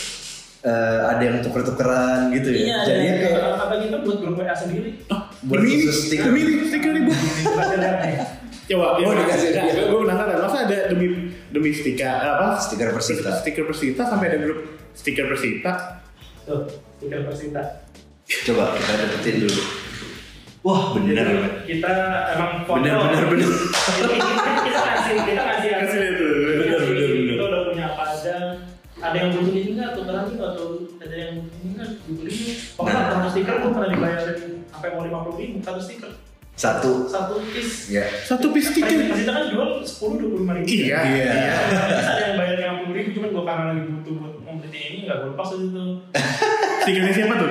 S4: Eh, ada yang tuker-tukeran gitu ya.
S1: Iya,
S4: Jadi
S1: iya.
S4: kayak
S1: apa kita buat grup WA sendiri. Iya,
S4: buat
S3: Oh, Demi ini,
S4: khusus stiker.
S3: demi ini, stiker ibu.
S1: Kita lihat nih.
S3: Coba,
S4: Oh,
S3: ya,
S4: dikasih
S3: Nah,
S4: dia.
S3: Gue penasaran, masa ada demi demi stiker apa?
S4: Stiker Persita.
S3: Stiker Persita sampai ada grup stiker Persita.
S1: Tuh, stiker Persita.
S4: Coba kita deketin dulu. Wah bener,
S3: Iya.
S1: Jadi kita emang foto. [laughs]
S4: bener, bener, bener.
S1: Jadi kita kasih kita kasih
S3: Kasih lihat dulu.
S1: Kita ada yang beli ini nggak atau barang itu atau ada yang beli ini nggak dibeli pokoknya nah. satu stiker gue pernah dibayarin sampai mau lima puluh ribu satu stiker
S4: Satu.
S1: satu piece
S4: Ya.
S3: Satu piece
S1: Presiden
S3: stiker.
S1: kita kan jual sepuluh dua puluh lima ribu
S3: Iya.
S4: Iya.
S1: Terus ada yang bayar lima puluh ribu cuman gue karena lagi butuh buat membeli ini nggak gue lepas waktu itu
S3: Stikernya siapa tuh?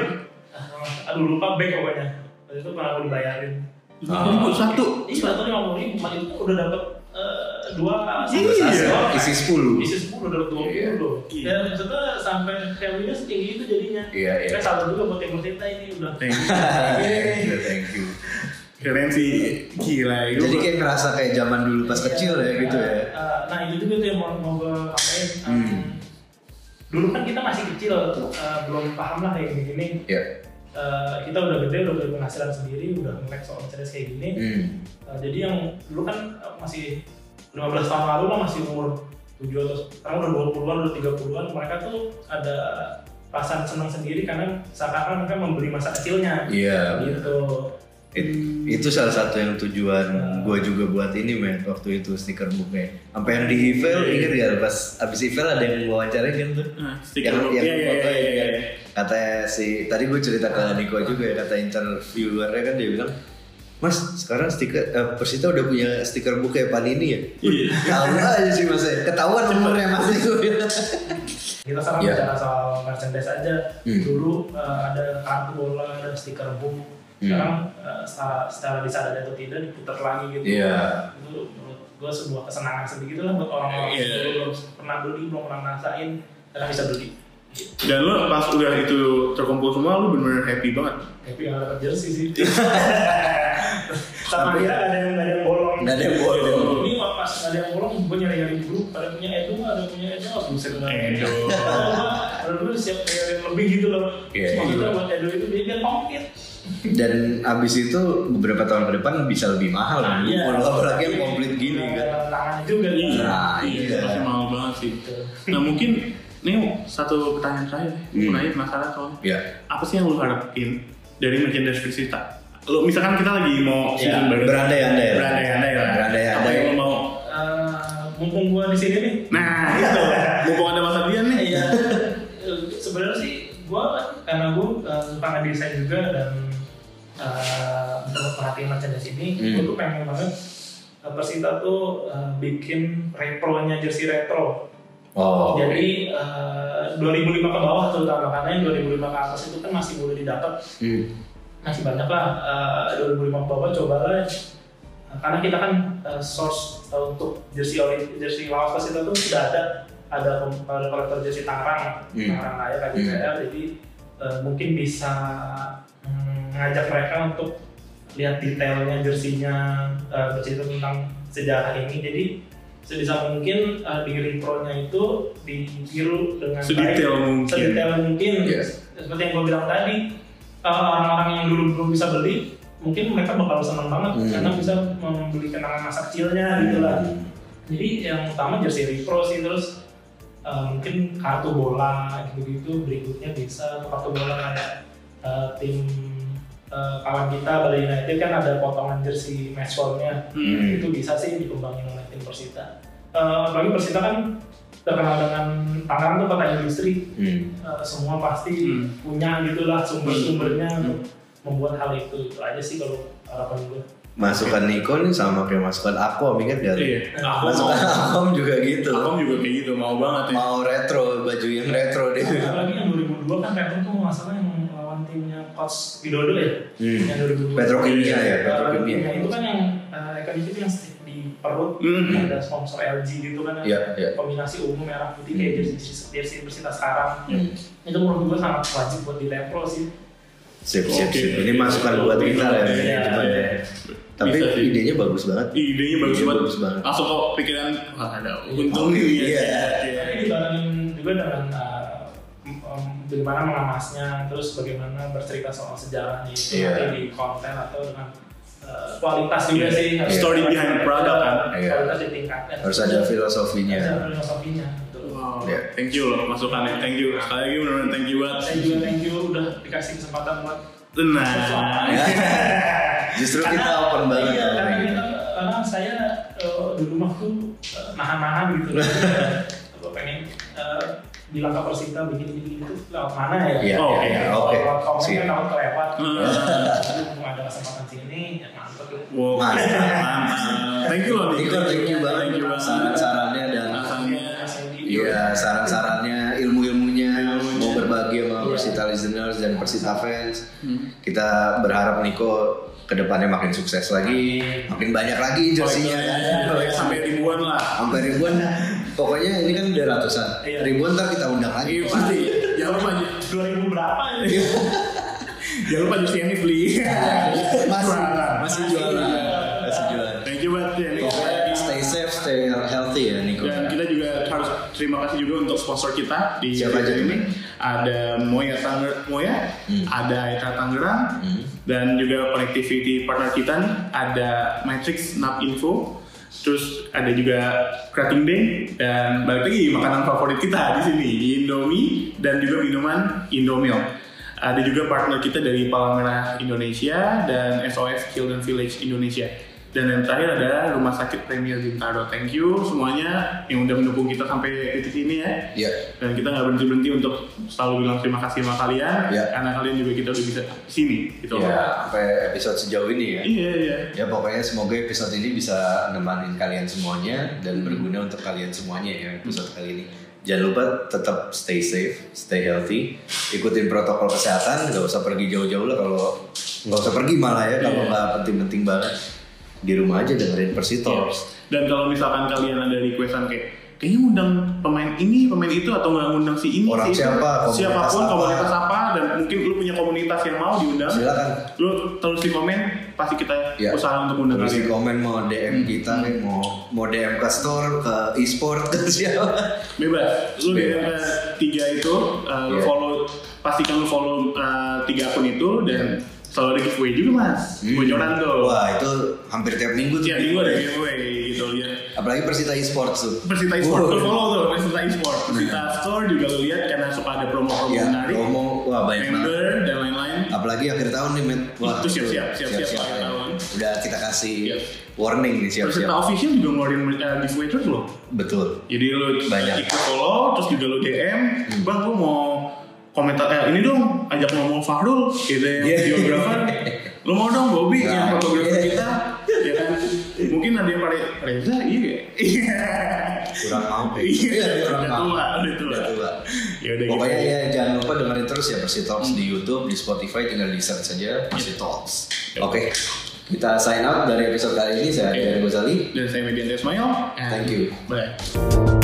S1: Ah, aduh lupa back pokoknya waktu itu pernah gue dibayarin
S3: Oh, satu.
S1: ini satu lima puluh ribu kemarin itu udah dapet eh, dua
S3: Iya.
S1: satu-
S4: Isi 10.
S1: Bisnis sepuluh udah dua
S4: Iya.
S1: puluh loh.
S3: Iya.
S1: Dan maksudnya sampai value-nya setinggi itu jadinya.
S4: Iya, iya.
S1: Kan salah juga buat yang cerita ini udah.
S3: Thank
S4: Thank
S3: you.
S4: you, Ah, iya, thank you.
S3: Keren sih. Gila. ya.
S4: Jadi
S3: Gue
S4: kayak ngerasa kayak zaman dulu
S1: Iya.
S4: pas kecil ya gitu ya.
S1: Eh, Nah itu juga tuh yang mau mau gue ngapain. Eh,
S4: Hmm.
S1: Dulu kan kita masih kecil, eh, belum paham lah kayak gini-gini.
S4: Ya.
S1: Eh, kita udah gede, udah punya penghasilan sendiri, udah ngelek soal cerdas kayak gini.
S4: Hmm.
S1: Eh, jadi yang dulu kan eh, masih 15 tahun lalu lah masih umur 7 atau sekarang udah 20-an, udah 30-an mereka tuh ada perasaan senang sendiri karena seakan-akan mereka membeli masa kecilnya
S4: Iya.
S1: gitu
S4: It- itu salah satu yang tujuan gue juga buat ini men waktu itu stiker booknya sampai yang di
S3: Iya,
S4: evil inget ya pas abis evil ada yang wawancarin kan tuh
S3: Ah, stiker book. Iya, iya,
S4: foto ya
S3: iya, iya,
S4: kan.
S3: iya.
S4: kata si tadi gue cerita ke Niko juga ya kata interviewernya kan dia bilang Mas, sekarang stiker eh, Persita udah punya stiker book kayak Panini ya?
S3: Iya.
S4: Tahu aja sih Mas. ya. Ketahuan umurnya Mas itu. ya.
S1: kita sekarang
S4: Iya.
S1: bicara soal merchandise aja
S4: Hmm.
S1: dulu eh, ada kartu bola ada stiker book
S4: Hmm.
S1: sekarang eh, secara, secara disadari atau tidak diputar lagi gitu
S4: Iya.
S1: itu menurut gue sebuah kesenangan sendiri lah buat orang-orang
S3: Iya.
S1: yang belum pernah beli belum pernah ngerasain karena bisa beli
S3: Dan lo pas udah itu terkumpul semua, lo bener-bener happy banget.
S1: Happy nggak dapat jersey
S4: [laughs]
S1: sih. Sama dia ada yang ada yang bolong.
S4: Nggak ada yang
S3: Iya,
S4: bolong.
S1: Ini mah pas nggak ada yang bolong, gue nyari nyari grup. Ada yang punya Edo, nggak? ada yang punya Edo, aku bisa kenal.
S3: Edo.
S1: Kalau dulu siap nyari yang lebih gitu loh.
S4: Iya,
S1: Maksudnya
S3: iya.
S1: buat Edo itu dia biar komplit.
S4: Dan abis itu beberapa tahun ke depan bisa lebih mahal
S1: Ah, Nah,
S4: kan?
S1: iya.
S4: Kalau apalagi yang komplit gini kan.
S1: Tangannya Iya, juga.
S4: Nah, iya.
S3: Pasti mahal banget sih.
S1: Gitu.
S3: Nah mungkin ini satu pertanyaan terakhir.
S4: Hmm.
S3: Hmm. Mulai penasaran soalnya.
S4: Ya.
S3: Apa sih yang lo harapin dari merchandise Persita? Lo misalkan kita lagi mau
S1: Ya,
S3: season baru.
S4: berandai-andai lah.
S3: Berandai-andai lah.
S4: Berandai-andai.
S3: Apa yang lo mau?
S1: Eh, Mumpung gue di sini nih.
S3: Nah
S4: Iya
S3: itu. Mumpung ada Mas Adian nih.
S1: Iya. Sebenarnya sih gue karena gue uh, suka ngedesain juga dan uh, untuk perhatiin merchandise ini,
S4: Hmm.
S1: gue tuh pengen banget uh, Persita tuh uh, bikin retronya jersey retro.
S4: Oh.
S1: Jadi uh, 2005 ke bawah terutama karena yang 2005 ke atas itu kan masih boleh didapat
S4: Hmm.
S1: masih banyak lah uh, 2005 ke bawah cobalah Nah, karena kita kan uh, source uh, untuk jersey ori- jersey lawas pas itu tuh sudah ada ada pem- ada kolektor jersey Tangerang
S4: Hmm.
S1: Tangerang Raya KJPR jadi uh, mungkin bisa mm, ngajak mereka untuk lihat detailnya jersinya uh, bercerita tentang sejarah ini jadi sebisa mungkin uh, di repronya itu ditiru dengan
S3: Sedetail
S1: baik,
S3: mungkin.
S1: sedetail mungkin
S4: Iya.
S1: seperti yang gue bilang tadi eh, orang-orang yang dulu belum bisa beli mungkin mereka bakal senang banget
S4: Hmm.
S1: karena bisa membeli kenangan masa kecilnya gitu lah jadi yang utama jersey repro sih terus eh, mungkin kartu bola gitu-gitu berikutnya bisa kartu bola ada eh, tim eh, kawan kita Bali United kan ada potongan jersey matchballnya
S3: Hmm.
S1: itu bisa sih dikembangin oleh tim Persita Eh, apalagi Persita kan terkenal dengan Tangerang tuh kota industri
S4: Hmm.
S1: Uh, semua pasti
S3: Hmm.
S1: punya gitulah sumber-sumbernya
S3: Hmm.
S1: untuk membuat hal itu itu aja sih kalau harapan gue
S4: Masukan Niko nih sama kayak masukan aku, ingat gak? lu?
S3: Iya. Aku mau.
S4: Masukan Akom juga gitu.
S3: Aku juga kayak gitu. Mau banget ya.
S4: Mau retro, baju yang retro deh.
S1: apalagi yang 2002 kan Petro tuh masalah yang lawan timnya Coach Widodo ya
S4: Hmm.
S1: yang 2002
S4: Petrokimia ya,
S1: Uh,
S4: petrokimia.
S1: Petrokimia itu kan yang uh, Eka Diki itu yang stick di perut
S3: Hmm.
S1: ada sponsor LG gitu kan
S4: Iya, iya.
S1: kombinasi ungu merah putih kayak jersey jersey- jersey Persita sekarang
S4: Hmm.
S1: itu menurut gue sangat wajib buat dilempro sih
S4: Sip, sip,
S3: Oke.
S4: sip. Ini masukan buat kita lah ya.
S1: Iya.
S4: cuman ya. Tapi
S3: Bisa sih.
S4: idenya bagus banget.
S3: Idenya bagus
S4: Iya,
S3: banget.
S4: bagus banget.
S3: Langsung kok pikiran. Wah ada untung nih.
S4: Iya.
S1: Tapi dibarengin juga dengan uh, m- um, bagaimana mengemasnya, terus bagaimana bercerita soal sejarahnya itu
S4: Iya.
S1: nanti di konten atau dengan uh, kualitas juga
S3: Iya.
S1: sih. harus-
S3: Story behind product kan?
S4: Iya.
S1: Kualitas ditingkatkan.
S4: Harus ada
S1: Ada
S4: filosofinya.
S1: filosofinya. gitu.
S3: Wow,
S4: Iya.
S3: thank you loh masukannya, thank you. Sekali lagi benar-benar thank you banget.
S1: Saya juga thank you udah dikasih kesempatan buat.
S3: Tenang.
S4: Iya.
S1: Soalnya.
S3: [laughs]
S1: [laughs]
S4: Justru
S1: Karena-
S4: kita open banget.
S1: Iya,
S4: sama
S1: karena,
S4: ini.
S1: kita, karena saya eh,
S4: [laughs]
S1: uh, di rumah tuh uh, nahan-nahan gitu. Gue pengen uh, bilang ke Persita begini begini itu lewat mana ya?
S4: Iya,
S3: Oh,
S4: iya,
S3: iya,
S4: iya,
S1: Kalau
S4: oke.
S1: lewat komen
S4: Sip.
S1: kan takut kelewat.
S3: Hmm.
S1: Aduh, Iya, Mumpung ada kesempatan sini, ya mantep ya.
S3: Wow,
S4: Mantap.
S3: mantap. Thank you loh,
S4: Niko, thank you banget
S3: Thank you banget.
S4: saran-sarannya dan
S3: Alasannya.
S1: Mas Indi.
S4: Iya, saran-sarannya, ilmu-ilmunya,
S3: Ilmunya.
S4: mau berbagi sama Persita listeners dan Persita fans. Kita berharap Niko kedepannya makin sukses lagi, makin banyak lagi jersinya kan.
S3: Kolektornya sampai ribuan lah.
S4: Sampai ribuan, pokoknya ini kan udah ratusan.
S1: Iya.
S4: Ribuan ntar kita undang lagi.
S3: Iya pasti. Jangan lupa,
S1: 2000 berapa ya?
S3: jangan lupa Justian beli.
S4: Masih,
S3: Jualan.
S4: masih jualan, masih jualan.
S3: Thank you banget ya Niko.
S4: Pokoknya stay safe, stay healthy ya Niko.
S3: Dan kita juga harus terima kasih juga untuk sponsor kita di
S4: Siapa aja
S3: video
S4: tuh?
S3: ini. Ada Moya Tanger Moya,
S4: Hmm.
S3: ada Aitra Tangerang,
S4: Hmm.
S3: dan juga connectivity partner kita nih, ada Matrix Nap Info, terus ada juga Krating Day dan balik lagi makanan favorit kita di sini di Indomie dan juga minuman Indomilk. Ada juga partner kita dari Palmerah Indonesia dan SOS Children Village Indonesia. Dan yang terakhir adalah Rumah Sakit Premier Bintaro. Thank you semuanya yang udah mendukung kita sampai titik ini ya
S4: Iya.
S3: dan kita nggak berhenti berhenti untuk selalu bilang terima kasih sama kalian
S4: Iya.
S3: karena kalian juga kita udah bisa di sini gitu
S4: Ya, sampai episode sejauh ini ya.
S3: iya iya
S4: Ya pokoknya semoga episode ini bisa nemanin kalian semuanya
S3: Hmm.
S4: dan berguna untuk kalian semuanya ya episode kali ini. Jangan lupa tetap stay safe, stay healthy, ikutin protokol kesehatan, nggak usah pergi jauh-jauh lah kalau nggak usah pergi malah ya kalau
S3: Iya.
S4: nggak penting-penting banget di rumah aja dengerin
S3: Iya.
S4: Persitors.
S3: dan kalau misalkan kalian ada requestan kayak kayaknya ngundang pemain ini pemain itu atau nggak ngundang si ini
S4: Orang
S3: si itu,
S4: siapa, komunitas
S3: siapapun
S4: apa.
S3: komunitas apa dan mungkin lu punya komunitas yang mau diundang
S4: Silakan
S3: lu terus di komen pasti kita
S4: Iya.
S3: usaha untuk undang
S4: tulis di
S3: kalian
S4: komen mau
S3: Hmm.
S4: DM kita nih, mau mau DM ke store, ke e-sport, ke [laughs] siapa.
S3: bebas
S4: Bebas.
S3: lu DM ke tiga itu uh, lu
S4: Iya.
S3: follow pastikan lu follow uh, tiga akun itu dan selalu ada giveaway juga mas Hmm. bocoran
S4: Iya.
S3: tuh
S4: Hmm. Wah itu hampir tiap minggu tuh.
S3: Tiap minggu ada giveaway gitu ya.
S4: Apalagi Persita e-sport tuh.
S3: Persita Esport,
S4: Wow.
S3: lu follow tuh Persita Esport. Persita Store juga lu lihat karena suka ada promo-promo
S4: Ya,
S3: menarik.
S4: Nah. promo wah banyak banget.
S3: member dan lain-lain.
S4: Apalagi akhir tahun nih, Matt. Wah,
S3: Itu siap-siap, siap-siap
S4: siap-siap
S3: akhir
S4: ya.
S3: tahun.
S4: Udah kita kasih
S3: Siap.
S4: warning nih
S3: Persita
S4: siap-siap.
S3: Official juga ngeluarin uh, giveaway terus loh.
S4: Betul.
S3: Jadi lu
S4: Banyak. Hmm.
S3: ikut follow, terus juga lu DM, bang lu mau komentar eh, ini dong ajak ngomong Fahrul gitu yang
S4: Iya.
S3: videographer lu mau dong Bobby
S4: Nah,
S3: yang fotografer
S4: iya.
S3: kita ya kan mungkin ada yang paling Reza iya
S4: Kurang mau.
S3: [laughs] Iya,
S4: kurang
S3: udah
S4: mau.
S3: tua, udah tua.
S4: Udah tua.
S3: ya udah
S4: Pokoknya
S3: gitu.
S4: ya jangan lupa dengerin terus ya Persitox di
S3: Hmm.
S4: YouTube, di Spotify tinggal di search saja
S3: Iya.
S4: Persitox.
S3: Yep.
S4: Oke. Kita sign out dari episode kali ini saya
S3: Iya.
S4: Adrian Ghazali.
S3: dan saya Median Ismail
S4: Thank you.
S3: bye